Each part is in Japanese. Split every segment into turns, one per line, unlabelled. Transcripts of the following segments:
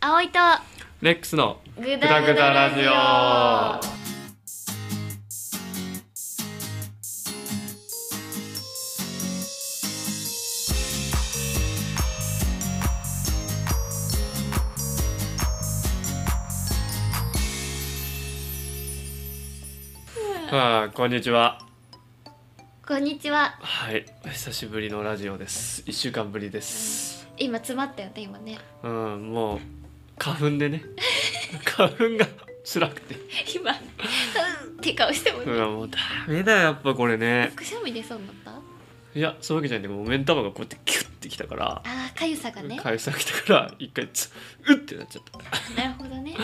葵と
レックスの
グ
ダグダラジオああこんにちは
こんにちは
はい久しぶりのラジオです一週間ぶりです
今詰まったよね今ね
うんもう花粉でね花粉が辛くて
今 うんって顔しても
う
ね、
んもうダメだよやっぱこれね
くしゃみ出そうになった
いやそういうわけじゃないんだけどもう目ん玉がこうやってキュッてきたから
あーかゆさがね
返されたから一回つうってなっちゃった
なるほどね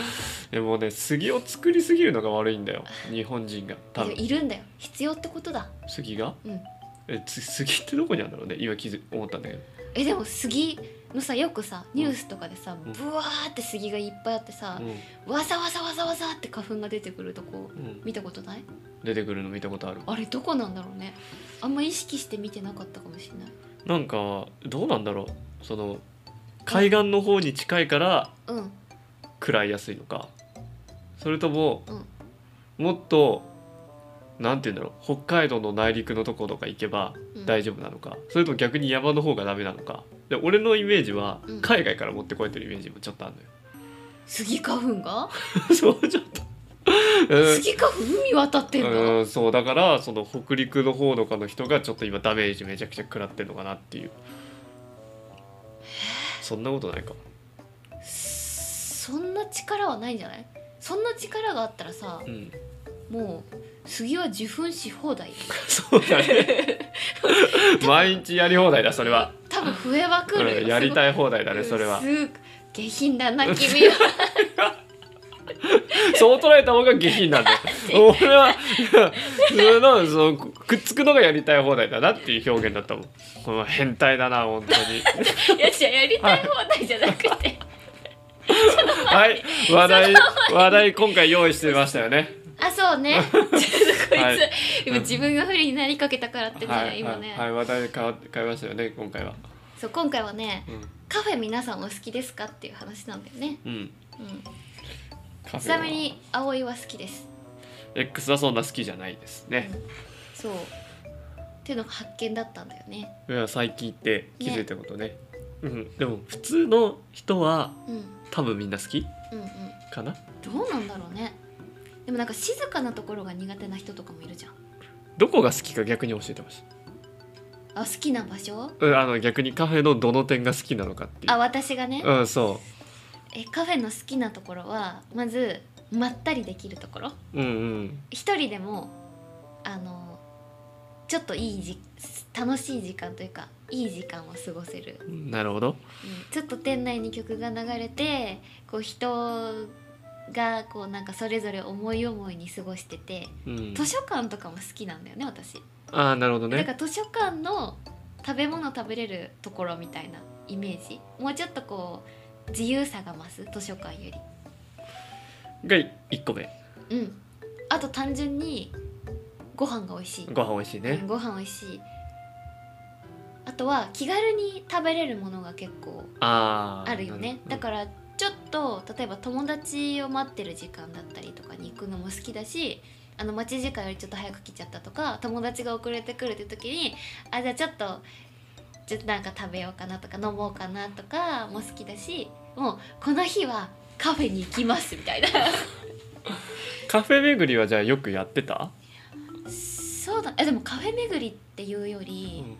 でもね杉を作りすぎるのが悪いんだよ日本人が多
でも
分
いるんだよ必要ってことだ
杉が
うん
えつ杉ってどこにあるんだろうね今気づ思ったんだけど
えでも杉のさよくさニュースとかでさ、
ん
ブワーって杉がいっぱいあってさ
う、
わさわさわさわさって花粉が出てくるとこ
ん、うん、
見たことない
出てくるの見たことある
あれどこなんだろうねあんま意識して見てなかったかもしれない
なんかどうなんだろうその海岸の方に近いから
うん
食らいやすいのかそれとも、
うん
もっとなんて言うんだろう北海道の内陸のとことか行けば
うん
大丈夫なのか、それとも逆に山の方がダメなのかで俺のイメージは
うん
海外から持ってこれてるイメージもちょっとあるのよ、
杉花粉が
そうちょっと。うん
杉花粉海渡ってんの
うん、そうだからその北陸の方とかの人がちょっと今ダメージめちゃくちゃ食らってるのかなっていうそんなことないか
そんな力はないんじゃないそんな力があったらさ
うん
もう杉は受粉し放題
そうだね 毎日やり放題だそれは、
多分笛は来る
う
よ
んやり
い
たい放題だねそれは
すごい下品だな君 は
そう捉えた方が下品なんだよ 俺はそれのそのくっつくのがやりたい放題だなっていう表現だったもんこの変態だな本当に
いやじゃやりたい放題じゃなくて
はい話題話題今回用意してましたよね
あそうねちょっとこいつ、
はい
今自分が不利になりかけたからってね、
はい、
今ね、
はい、はい話題変わ変えましたよね、今回は。
そう今回はね
う
カフェ皆さんお好きですかっていう話なんだよね、
ん、うん、
うん、
カフェは
ちなみ。に葵は好きです
X はそんな好きじゃないですね。
そうっていうのが発見だったんだよね
いや最近って気づいたことね。うん、でも普通の人は
うんうん
多分みんな好き
うん
かな。
どうなんだろうねでもなんか静かなところが苦手な人とかもいるじゃん
どこが好きか逆に教えてほしい。
あ好きな場所
うん、あの逆にカフェのどの点が好きなのかってい
あ
う。
私がね
うん、そ
えカフェの好きなところはまずまったりできるところ
う。うんうん。
一人でもあのちょっといいじ楽しい時間というかいい時間を過ごせる、
なるほど。
うん、ちょっと店内に曲が流れてこう人がこうなんかそれぞれ思い思いに過ごしてて
うん。
図書館とかも好きなんだよね私、
あー、なるほど
なんか
ね。
図書館の食べ物食べれるところみたいなイメージもうちょっとこう自由さが増す図書館よ
が一個目。
りうんあと単純にご飯が美味しい
ご飯美味しい
うん
ね。
ご飯美味しいあとは気軽に食べれるものが結構
ああ。
あるよねだからちょっと例えば友達を待ってる時間だったりとかに行くのも好きだしあの待ち時間よりちょっと早く来ちゃったとか友達が遅れてくるって時にあじゃあちょっとちょっとなんか食べようかなとか飲もうかなとかも好きだしもうこの日はカフェに行きますみたいな
カフェ巡りはじゃあよくやってた？
そうだえでもカフェ巡りっていうよ
う
り、
ん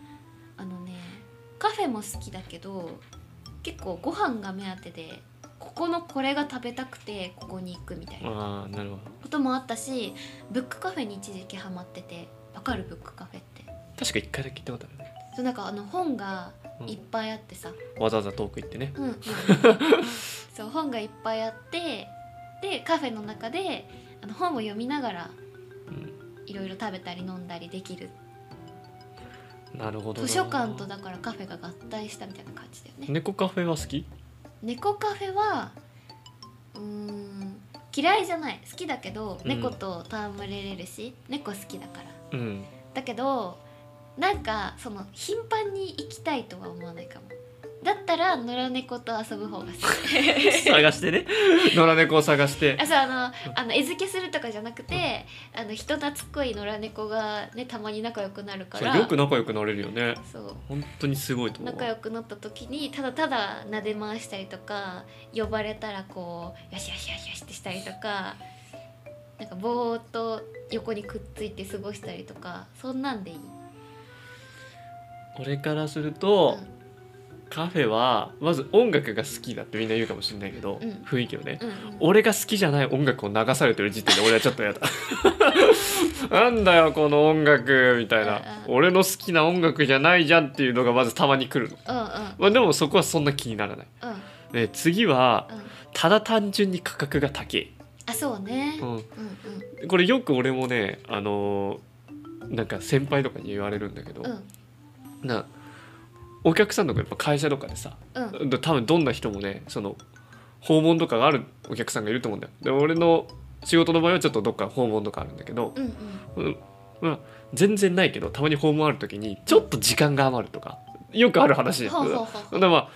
あのねカフェも好きだけど結構ご飯が目当てでここのこれが食べたくてここに行くみたいな
ああ、なるほど。
こともあったしブックカフェに一時期ハマっててわかるブックカフェって
確か一回だけ聞いたことあるね。
そうなんかあの本が
うん
いっぱいあってさ、
わざわざ遠く行ってね。
うん そう本がいっぱいあってでカフェの中であの本を読みながら
うん
いろいろ食べたり飲んだりできる
なるほどな。
図書館とだからカフェが合体したみたいな感じだよね
猫カフェは好き？
猫カフェはうーん嫌いじゃない好きだけど
うん
猫と戯れれるし、猫好きだから
うん。
だけどなんかその頻繁に行きたいとは思わないかもだったら野良猫と遊ぶ方が好き
探してね野良猫を探して
あそうあのあの餌付けするとかじゃなくてあの人懐っこい野良猫がねたまに仲良くなるか
そ
ら
うよく仲良くなれるよね
そう
本当にすごいと思う
仲良くなった時にただただ撫で回したりとか呼ばれたらこうよしよしよしよしってしたりとかなんかぼーっと横にくっついて過ごしたりとかそんなんでいい、
俺からする
う
と、
ん
カフェはまず音楽が好きだってみんな言うかもしれないけど、
うん
雰囲気をね、
うんうん、
俺が好きじゃない音楽を流されてる時点で俺はちょっと やだなんだよこの音楽みたいな
うんうん
俺の好きな音楽じゃないじゃんっていうのがまずたまに来るの、
うんうん
まあ、でもそこはそんな気にならない、
うんうん
ね、次はただ単純に価格が高い、
あそうね、
う
うん、うん
ん、これよく俺もねあのーなんか先輩とかに言われるんだけど、
うん
なお客さんとかやっぱ会社とかでさ
うん
多分どんな人もねその訪問とかがあるお客さんがいると思うんだよで俺の仕事の場合はちょっとどっか訪問とかあるんだけど、
うん
うんまあ、全然ないけどたまに訪問ある時にちょっと時間が余るとかよくある話
うん
だ
ほうほうほ
か
うほう
らまあ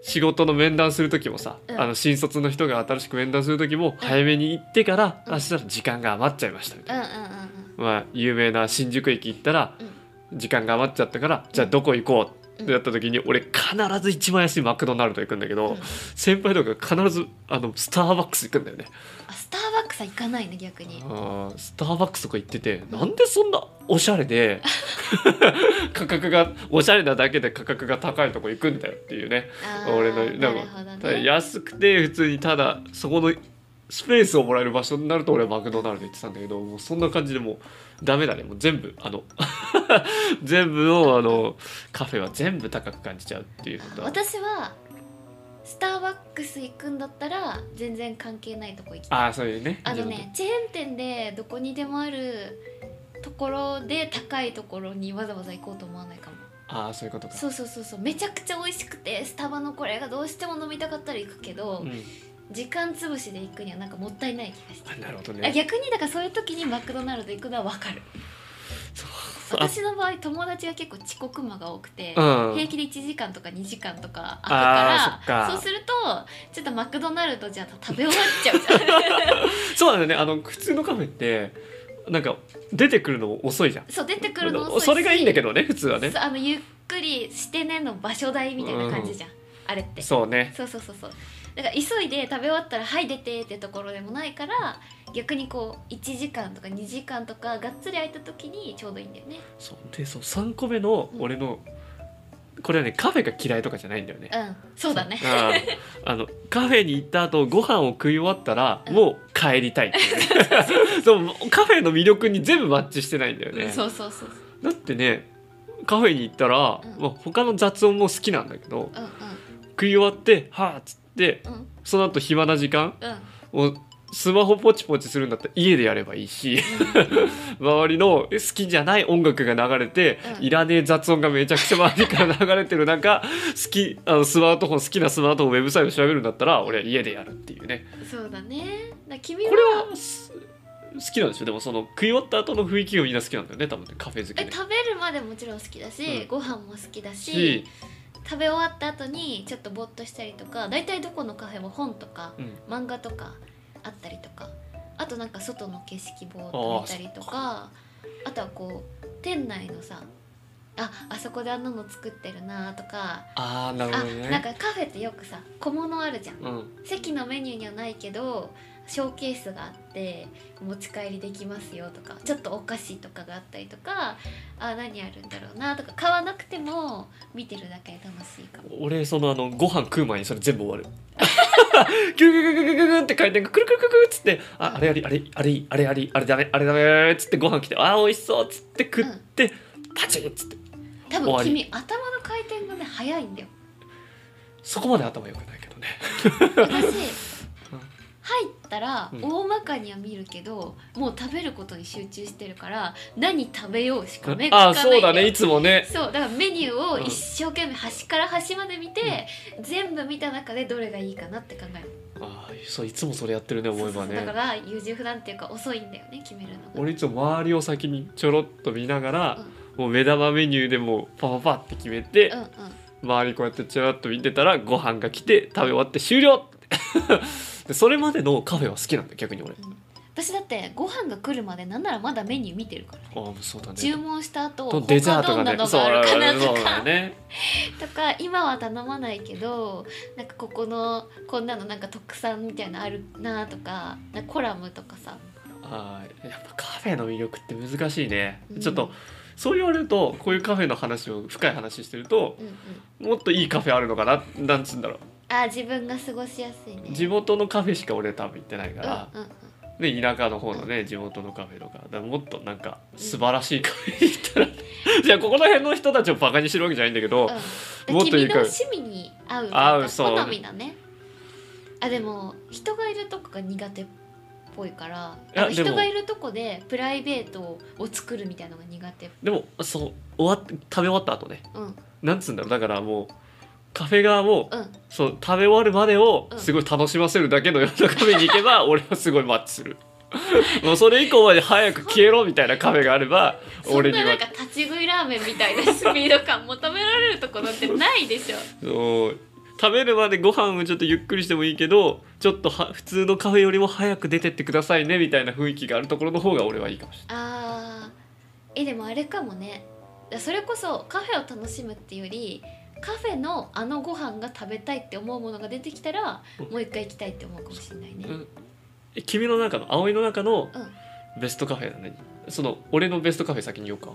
仕事の面談する時もさ、
うん
あの新卒の人が新しく面談する時も早めに行ってから、
うん
明日の時間が余っちゃいましたみたいな
うんうんうん
まあ、有名な新宿駅行ったら、時間が余っちゃったから、
ん
じゃあどこ行こう
う
っ
ん
てなった時に、俺必ず一番安いマクドナルド行くんだけど、
うん
先輩とかが必ずあのスターバックス行くんだよね、
あスターバックスは行かないね逆に
あースターバックスとか行ってて、
うん
なんでそんなおしゃ れで価格がおしゃれなだけで価格が高いとこ行くんだよっていうね
あー
俺ので
なる
も
ほど
ただ
ね
安くて普通にただそこのスペースをもらえる場所になると俺はマクドナルド行ってたんだけどもうそんな感じでもうダメだねもう全部あの 全部のあのカフェは全部高く感じちゃうっていうことは
私はスターバックス行くんだったら全然関係ないとこ行きたい
ああそういうね
あのねチェーン店でどこにでもあるところで高いところにわざわざ行こうと思わないかも
ああそういうことか
そうそうそうそうめちゃくちゃ美味しくてスタバのこれがどうしても飲みたかったら行くけど、
うん
時間つぶしで行くにはなんかもったいない気がして
あなるほど
あ
ね
逆にだからそういう時にマクドナルド行くのは分かる
そう
私の場合友達が結構遅刻魔が多くて、
うん
平気で1時間とか2時間とか
あ
あ
ー
くから
そ
そ
っか
うするとちょっとマクドナルドじゃ食べ終わっちゃうじ ゃん
そうなんだよねあの普通のカフェってなんか出てくるのも遅いじゃん
そう出てくるの遅いし
それがいいんだけどね普通はね
そうあのゆっくりしてねの場所代みたいな感じじゃん、あれってそ
そうね
うそうそうそうだから急いで食べ終わったら「はい出て」ってところでもないから逆にこう1時間とか2時間とかがっつり空いた時にちょうどいいんだよね
そうでそう3個目の俺の、これはねカフェが嫌いとかじゃないんだよね。
うんそうだね
ああのカフェに行った後ご飯を食い終わったらもう帰りたいっ ていうね そうカフェの魅力に全部マッチしてないんだよ
う
ね
ん、。そうそうそうそう
だってねカフェに行ったら、
うん
まあ、他の雑音も好きなんだけど
うんうん
食い終わってはあっつって
うん
その後暇な時間
うん
をスマホポチポチするんだったら家でやればいいし 周りの好きじゃない音楽が流れて、
うん
いらねえ雑音がめちゃくちゃ周りから流れてる中好きあのスマートフォン好きなスマートフォンウェブサイト調べるんだったら俺は家でやるっていうね
そうだねだ君は
これはす好きなんですよでもその食い終わった後の雰囲気がみんな好きなんだよね多分ねカフェ好き
え
で。
食べるまでもちろん好きだし、
うん
ご飯も好きだし
し、
食べ終わった後にちょっとぼーっとしたりとか大体どこのカフェも本とか
うん、
漫画とかあったりとかあとなんか外の景色ぼーっと見たりとかあとはこう店内のさああそこであんなの作ってるなとか、
あーなるほ
あ
どね
なんかカフェってよくさ小物あるじゃん
うん、
席のメニューにはないけどショーケースがあって持ち帰りできますよとかちょっとお菓子とかがあったりとかあ何あるんだろうなとか買わなくても見てるだけで楽しいかも。
俺そのあのご飯食う前にそれ全部終わる。 キュルキュルキュルキュルキュルって回転がくるくるくるくるっつってああれあれあれあれあれあれあれだめあれだめっつってご飯来てあー美味しそうっつって食って、パチンっつって
多
終
分
わり
君頭の回転がね早いんだ よ。
そこまで頭良くないけどね。
私入ったら
うん
大まかには見るけど、もう食べることに集中してるから何食べようしか目が
あ
つ
ー
かな
そ
い
うん
よ
だねいつもね。
そうだからメニューを
うん
一生懸命端から端まで見て、全部見た中でどれがいいかなって考える
あーそういつもそれやってるね思えば
そうそうそうだか
ね。
ら優柔不断っていうか遅いんだよね決めるのが
俺いつも周りを先にちょろっと見ながら、もう目玉メニューでもうパパパって決めて
うんうん
周りこうやってちらっと見てたらご飯が来て食べ終わって終了 でそれまでのカフェは好きなんだよ逆に俺
私だってご飯が来るまでなんならまだメニュー見てるからね
ああそうだ
注
ね
文した後
と
他
デザート
ど
が
んな
ね
の
そう
があるかなと
そうだ
か
よね
とか今は頼まないけどなんかここのこんなのなんか特産みたいなのあるなとかなんかコラムとかさ、
あーやっぱカフェの魅力って難しいね、
うん
ちょっとそう言われるとこういうカフェの話を深い話してると
うんうん、
もっといいカフェあるのかななんつうんだろ
あー自分が過ごしやすいね
う地元のカフェしか俺多分行ってないから、
うんうんうん
ね田舎の方のね地元のカフェとかだからもっとなんか素晴らしいカフェに行ったら じゃあここら辺の人たちをバカにしてるわけじゃないんだけど、
うん、
もっと
君
いい
の
から
趣味に合う
合う
なんか
そう
好みだねあでも人がいるとこが苦手っぽいから
いや
あの
でも
人がいるとこでプライベートを作るみたいなのが苦手
でもそう終わっ食べ終わった後ね
うん
なんつうんだろうだからもうカフェ側も
うん
そう食べ終わるまでを
うん
すごい楽しませるだけのようなカフェに行けば 俺はすごいマッチする もうそれ以降まで早く消えろみたいなカフェがあれば
そ
俺
ん
に
ななん
は
か立ち食いラーメンみたいなスピード感求められるとこなんてないでし ょ
そう食べるまでご飯をちょっとゆっくりしてもいいけどちょっとは普通のカフェよりも早く出てってくださいねみたいな雰囲気があるところの方が俺はいいかもしれない
あーえでもあれかもねだそれこそカフェを楽しむっていうよりカフェのあのご飯が食べたいって思うものが出てきたら
うん
もう一回行きたいって思うかもしれないね、
うんえ君の中の葵の中の
うん
ベストカフェは何その俺のベストカフェ先に言おうか、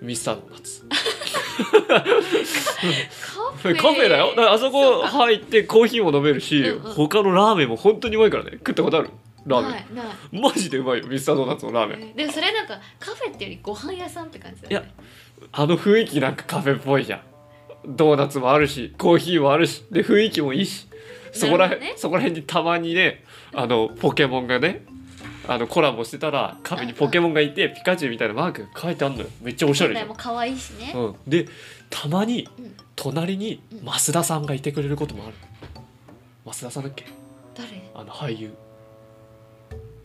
ミスタードーナツ
カフ
カ
ェ
フェだよだからあそこ
うか
入ってコーヒーも飲めるし、
うんうん
他のラーメンも本当にうまいからね食ったことあるラーメン、
ないない
マジでうまいよミスタードーナツのラーメン、
えーでもそれなんかカフェってよりご飯屋さんって感じだよね
あの雰囲気なんかカフェっぽいじゃんドーナツもあるしコーヒーもあるしで雰囲気もいいしそこら
なる
へん、
ほどね
そこら辺にたまにねあのポケモンがねあのコラボしてたら壁にポケモンがいてピカチュウみたいなマークが書いてあるのよめっちゃおしゃれ
店内
じゃん
も、可愛いしね、
うん、でたまに
うん
隣に増田さんがいてくれることもある増田さんだっけ
誰
あの俳優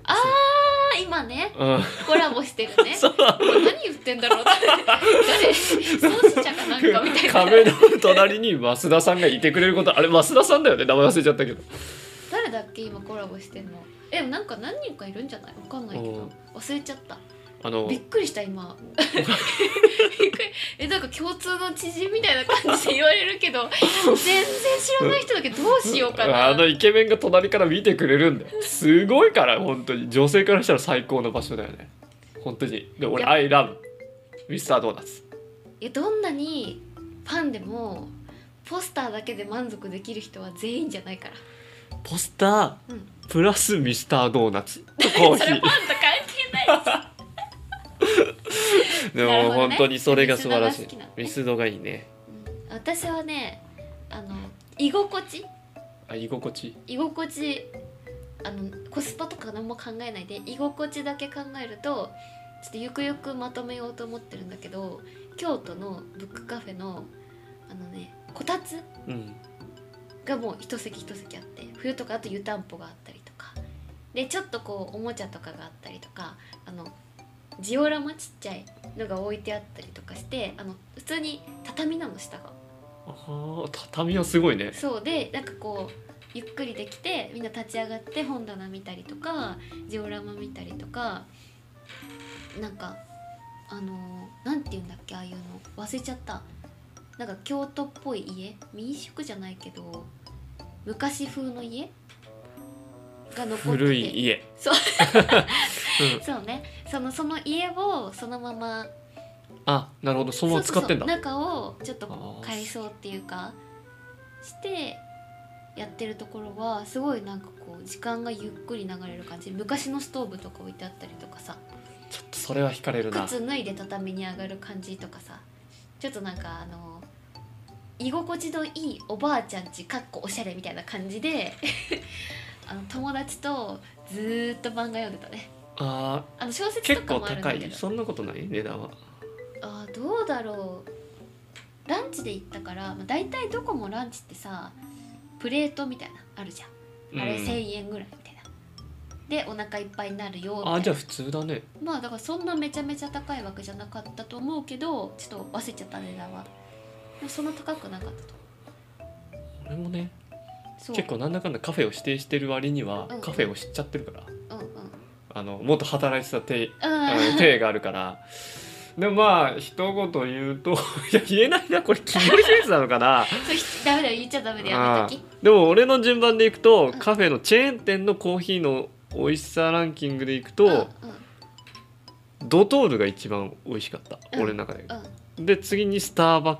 ああ今ね
うん
コラボしてるね
そう
何言ってん だろう誰創始者かなんかみたいな
壁の隣に増田さんがいてくれることあれ増田さんだよね名前忘れちゃったけど
誰だっけ今コラボしてんのえでもなんか何人かいるんじゃないわかんないけ
うん
ど忘れちゃった
あの
びっくりした 今びっくりえなんか共通の知人みたいな感じで言われるけど全然知らない人だけどどうしようかな
あのイケメンが隣から見てくれるんだよすごいから本当に女性からしたら最高の場所だよね本当にで俺「
いや
I love ミスタードーナツ
いやどんなにファンでもポスターだけで満足できる人は全員じゃないから」
ポスター、
うん
プラスミスタードーナツとコー
そ
ヒ
れファンと関係ないし
ーで
なる
も
ほどね
本当にそれが素晴らしい
ミスドが好きなのね
ミスドがいいね
うん私はねあの居心地
あ居心地いい
居心地あのコスパとか何も考えないで居心地だけ考えるとちょっとゆくゆくまとめようと思ってるんだけど京都のブックカフェのあのねこたつ
うん
がもう一席一席あって冬とかあと湯たんぽがあったりとかでちょっとこうおもちゃとかがあったりとかあのジオラマちっちゃいのが置いてあったりとかしてあの普通に畳なの下が。
あー畳はすごいね
そうでなんかこうゆっくりできてみんな立ち上がって本棚見たりとかジオラマ見たりとかなんかあのーなんて言うんだっけああいうの忘れちゃったなんか京都っぽい家民宿じゃないけど昔風の家が残ってて
古い家
そうねそのその家をそのまま
あなるほどそのまま使ってんだ
そうそうそう中をちょっ
あ
と
ー
改装っていうかしてやってるところはすごいなんかこう時間がゆっくり流れる感じ昔のストーブとか置いてあったりとかさ
ちょっとそれは惹かれるな
靴脱いで畳に上がる感じとかさちょっとなんかあの居心地のいいおばあちゃんちかっこおしゃれみたいな感じで あの友達とずーっと漫画読んでたね
あ
あの小
ー
説
結
とか
構
もあるんだ
高
けど
いそんなことない値段は
あーどうだろうランチで行ったから、まあ、大体どこもランチってさプレートみたいなあるじゃんあれ
うん
1,000円ぐらいみたいな、でお腹いっぱいになるよみたいな
あじゃあ普通だね
まあだからそんなめちゃめちゃ高いわけじゃなかったと思うけどちょっと忘れちゃった値段はでもそんな高くなかったと思う
俺もね
そう
結構なんだかんだカフェを指定してる割には
うんうん
カフェを知っちゃってるから
うんうんうん
あのもっと働いてた手あの
あ
手があるから。でもまあ一言言うと いや言えないなこれ企業秘密なのかな
ダメだよ言っちゃダメだよや
あ
めとき
ーでも俺の順番でいくと
ん
カフェのチェーン店のコーヒーの美味しさランキングでいく
うん
とドトールが一番美味しかった
うん
俺の中で
うんうん
で次にスターバッ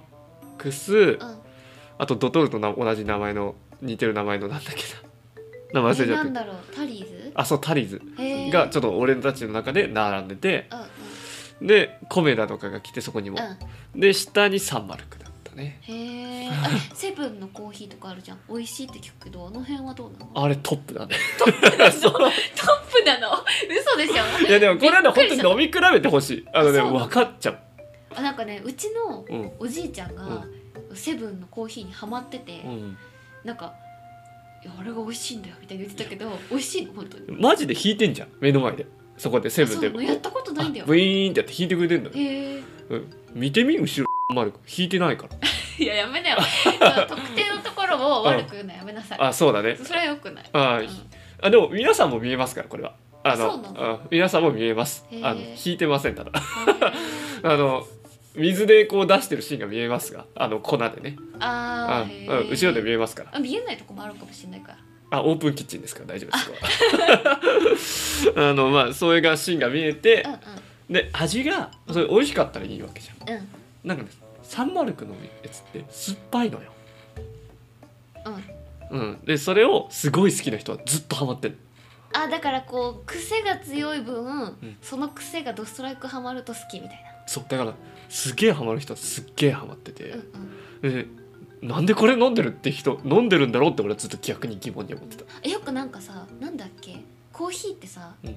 クス
うん
あとドトールとな同じ名前の似てる名前のなんだっけ な名前忘れ
え
ちゃっ
な
て
んだろうタリーズ
あそうタリーズ
へー
がちょっと俺たちの中で並んでて
うんうん
でコメダとかが来てそこにも
うん
で下にサンマルクだったね
へえ セブンのコーヒーとかあるじゃん美味しいって聞くけどあの辺はどうなの
あれトップだね
トップなの嘘でしょ
いやでもこれはね
びっくり
本当
し
に
た
飲み比べてほしいあのね
あそうなの
分かっちゃう
あなんかねうちの
うん
おじいちゃんが、セブンのコーヒーにハマってて、
うん
なんかいやあれが美味しいんだよみたいに言ってたけど美味しいの本当に
マジで弾いてんじゃん目の前でそこでセブンで
あそうなのやったことないんだよ
あブイーンってやって弾いてくれてんだよ、
へえ
うん、見てみ後ろマルク弾いてないから
いややめな よそう特定のところを悪く言うのやめなさい
あそうだね
それはよくない
あ
うん
あでも皆さんも見えますからこれはあ
そうな
の
の
あ皆さんも見えます
へー
あの弾いてませんただ
へ
あの水でこう出してるシーンが見えますがあの粉でね
ーあ
あ
ーへ
うん
ー
後ろで見えますから
あ見えないとこもあるかもしれないから
あオープンキッチンですから大丈夫ですここは あのまあそういうがシーンが見えて
う
で味がそれ美味しかったらいいわけじゃ
ん
ん
うんうん
なんかねサンマルクのやつって酸っぱいのよ、
うん
うん、でそれをすごい好きな人はずっとハマってる
あだからこう癖が強い分、
ん
その癖がドストライクハマると好きみたいな
そうだからすげえハマる人はすっげえハマってて
うん、うん
でなんでこれ飲んでるって人飲んでるんだろうって俺はずっと逆に疑問に思ってた
えよくなんかさなんだっけコーヒーってさ、
うん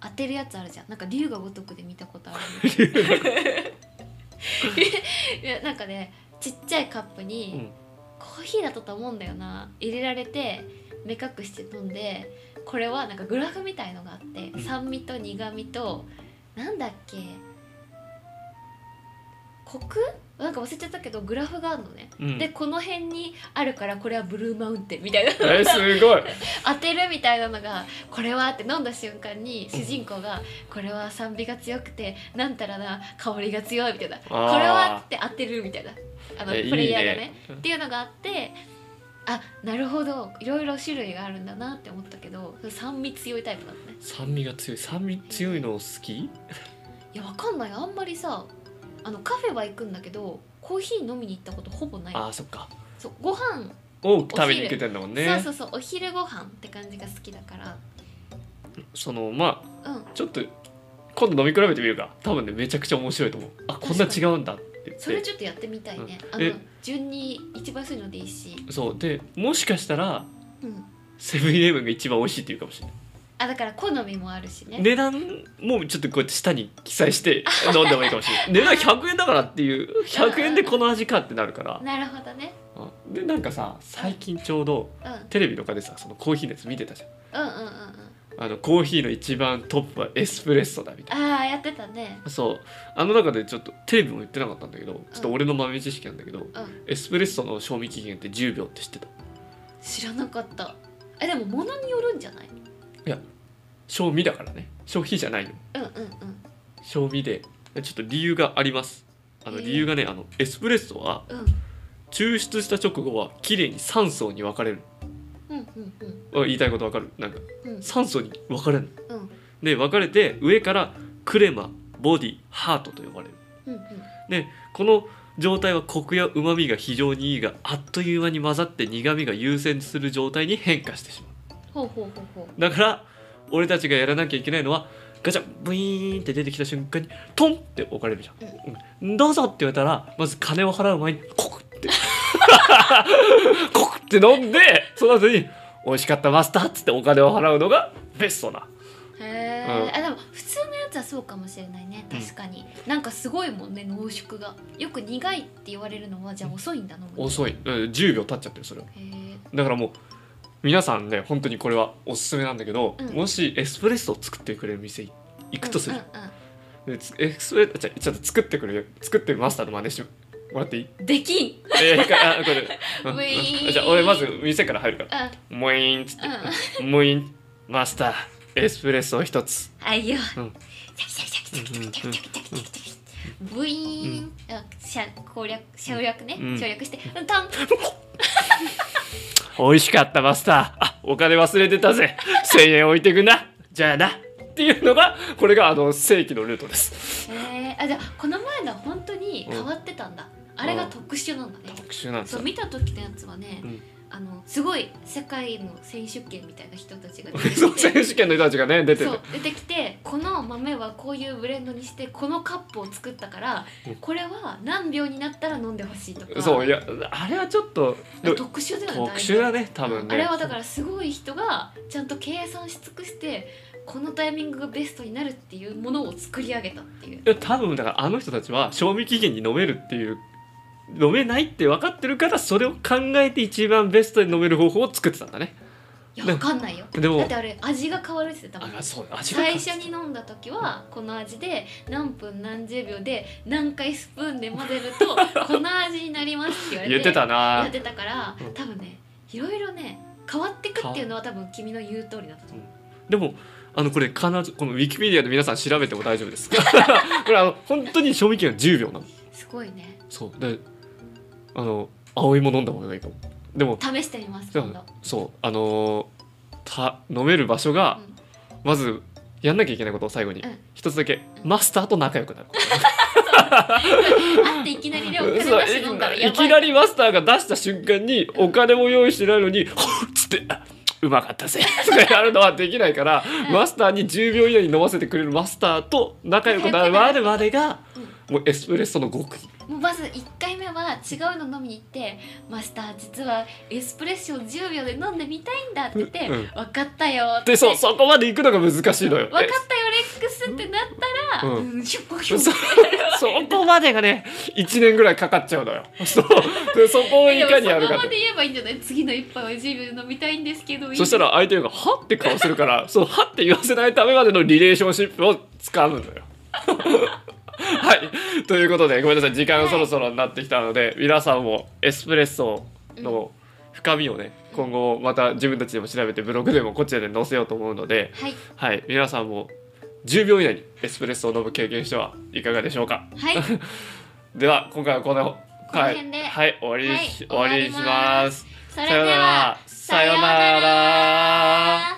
当てるやつあるじゃんなんか竜が如くで見たことある いやなんかねちっちゃいカップに、
うん
コーヒーだったと思うんだよな入れられて目隠して飲んでこれはなんかグラフみたいのがあって、
ん
酸味と苦味となんだっけコクなんか忘れちゃったけどグラフがあるのね、
うん
でこの辺にあるからこれはブルーマウンテンみたいな
えすごい
当てるみたいなのがこれはって飲んだ瞬間に主人公がこれは酸味が強くてなんたらな香りが強いみたいなこれ
あー
はって当てるみたいなあのプ
えいい
レイヤーがね
ね
っていうのがあってあなるほどいろいろ種類があるんだなって思ったけど酸味強いタイプだったね
酸味が強い酸味強いの好き
いやわかんないあんまりさあのカフェは行くんだけどコーヒー飲みに行ったことほぼない
あーそっか
そうご飯、
を食べに行けてんだもんね
そうそうそうお昼ご飯って感じが好きだから
そのまあ
うん
ちょっと今度飲み比べてみるか多分ねめちゃくちゃ面白いと思うあこんな違うんだって言って
それちょっとやってみたいね、
うん
あの
え
順に一番安いのでいいし、
そうでもしかしたら
うん、
セブンイレブンが一番美味しいっていうかもしれない
あだから好みもあるしね
値段もちょっとこうやって下に記載して飲んでもいいかもしれ ない値段100円だからっていう100円でこの味かってなるから
なるほどね
うんでなんかさ最近ちょうど
うん
テレビとかでさそのコーヒーのやつ見てたじゃん
うんうんうんうん
あのコーヒーの一番トップはエスプレッソだみたいな
ああやってたね
そうあの中でちょっとテレビも言ってなかったんだけどちょっと俺の豆知識なんだけど、
ん
エスプレッソの賞味期限って10秒って知ってた
知らなかったえでも物によるんじゃない
賞味だからね消費じゃないよ
うんうんうん
賞味でちょっと理由がありますあの
へえ
理由がねあのエスプレッソは
うん
抽出した直後は綺麗に3層に分かれる
うんうんうん
あ言いたいこと分かるなんか
うん
3層に分かれるの
うん
で分かれて上からクレマボディハートと呼ばれる
うんうん
この状態はコクやうまみが非常にいいがあっという間に混ざって苦みが優先する状態に変化してしま
ほ
う
うほうほうほう
だから俺たちがやらなきゃいけないのはガチャブイーンって出てきた瞬間にトンって置かれるじゃん、うんどうぞって言われたらまず金を払う前にコクって コクって飲んでその後に「美味しかったマスター」っつってお金を払うのがベストな
へえ、
うん
あでも普通のやつはそうかもしれないね確かに、なんかすごいもんね濃縮がよく苦いって言われるのはじゃあ遅いんだ飲むのへ
遅い、うん、10秒経っちゃってるそれは
え
だからもう皆さんね本当にこれはおすすめなんだけど、
うん
もしエスプレッソを作ってくれる店行くとする
うん
じゃん、でつエスプレッソじゃあちょっと作ってくれる作ってるマスターの真似しもらっていい
できん
えー、一回あこれうん
ウィーン
あじゃあ俺まず店から入るから
あ
「ムイーン」っつっ
うん
て「ムイーン」マスターエスプレッソ一つ
はいよ、
うん
シャキシャキシャキシャキシャキシャキシャキシャキシャキシャキブイーン、あしゃ攻略省略ね、
うん
省略してうんタン
美味しかったマスターあお金忘れてたぜ1000円置いてくなじゃあなっていうのがこれがあの正規のルートです
えー、あじゃあこの前のは本当に変わってたんだ、あれが特殊なんだね、
特殊なんです
そう
よ
見た時のやつはね、
うん
あのすごい世界の選手権みたいな人たちが出てきて
そう選手権の人たちがね出てて
そう出てきてこの豆はこういうブレンドにしてこのカップを作ったから、
うん
これは何秒になったら飲んでほしいとか
そういやあれはちょっとでも
特殊だよね
特殊だね多分ね
あれはだからすごい人がちゃんと計算し尽くしてこのタイミングがベストになるっていうものを作り上げたっていう
いや多分だからあの人たちは賞味期限に飲めるっていう飲めないって分かってるからそれを考えて一番ベストに飲める方法を作ってたんだね
いやわかんないよ
でも
だってあれ味が変わるって言ってたもん
あそう味が
最初に飲んだ時はこの味で何分何十秒で何回スプーンで混ぜると この味になりますって言われて
言ってたな
言ってたから
うん
多分ねいろいろね変わってくっていうのは多分君の言う通りだったと思う
でもあのこれ必ずこのウィキペディアで皆さん調べても大丈夫で すこれあの本当に賞味期限は10秒なの
すごいね
そうであの青いも飲んだ方がいいかもでも
試してみます
でも
今度
そうあのーた飲める場所が、まずやんなきゃいけないことを最後に、
うん
一つだけ、
うん
マスターと仲良くなる
会っていきなりねお金出
そう
して飲んだら
い
やばい
きなりマスターが出した瞬間にお金も用意してないのに「 ほっ!」つってあ「うまかったぜ」 とかやるのはできないから、
うん
マスターに10秒以内に飲ませてくれるマスターと仲良くなるまでまでが、もうエスプレッソの極意
もうまず1回目は違うの飲みに行って「マスター実はエスプレッショを10秒で飲んでみたいんだ」って言って「
うん
分かったよ」って
でそうそこまで行くのが難しいのよ。
分かったよレックス」ってなったら「
う
うんんシュッポシ
そ
ュッ
そこまでがね1年ぐらいかかっちゃうのよそうでそこをいかにやる
そのまま
かって
で言えばいいんじゃない次の一杯は10秒飲みたいんですけど
そしたら相手が「は?」って顔するから その「は?」って言わせないためまでのリレーションシップを掴むのよ。 はいということでごめんなさい時間
はい
そろそろになってきたので皆さんもエスプレッソの深みをね今後また自分たちでも調べてブログでもこちらで載せようと思うので、
はい
はい、皆さんも10秒以内にエスプレッソを飲む経験してはいかがでしょうか
はい
では今回はこの
この辺で
はい、終わりに
は
し、
い
終わりにします。
それでは
さようなら。
さようなら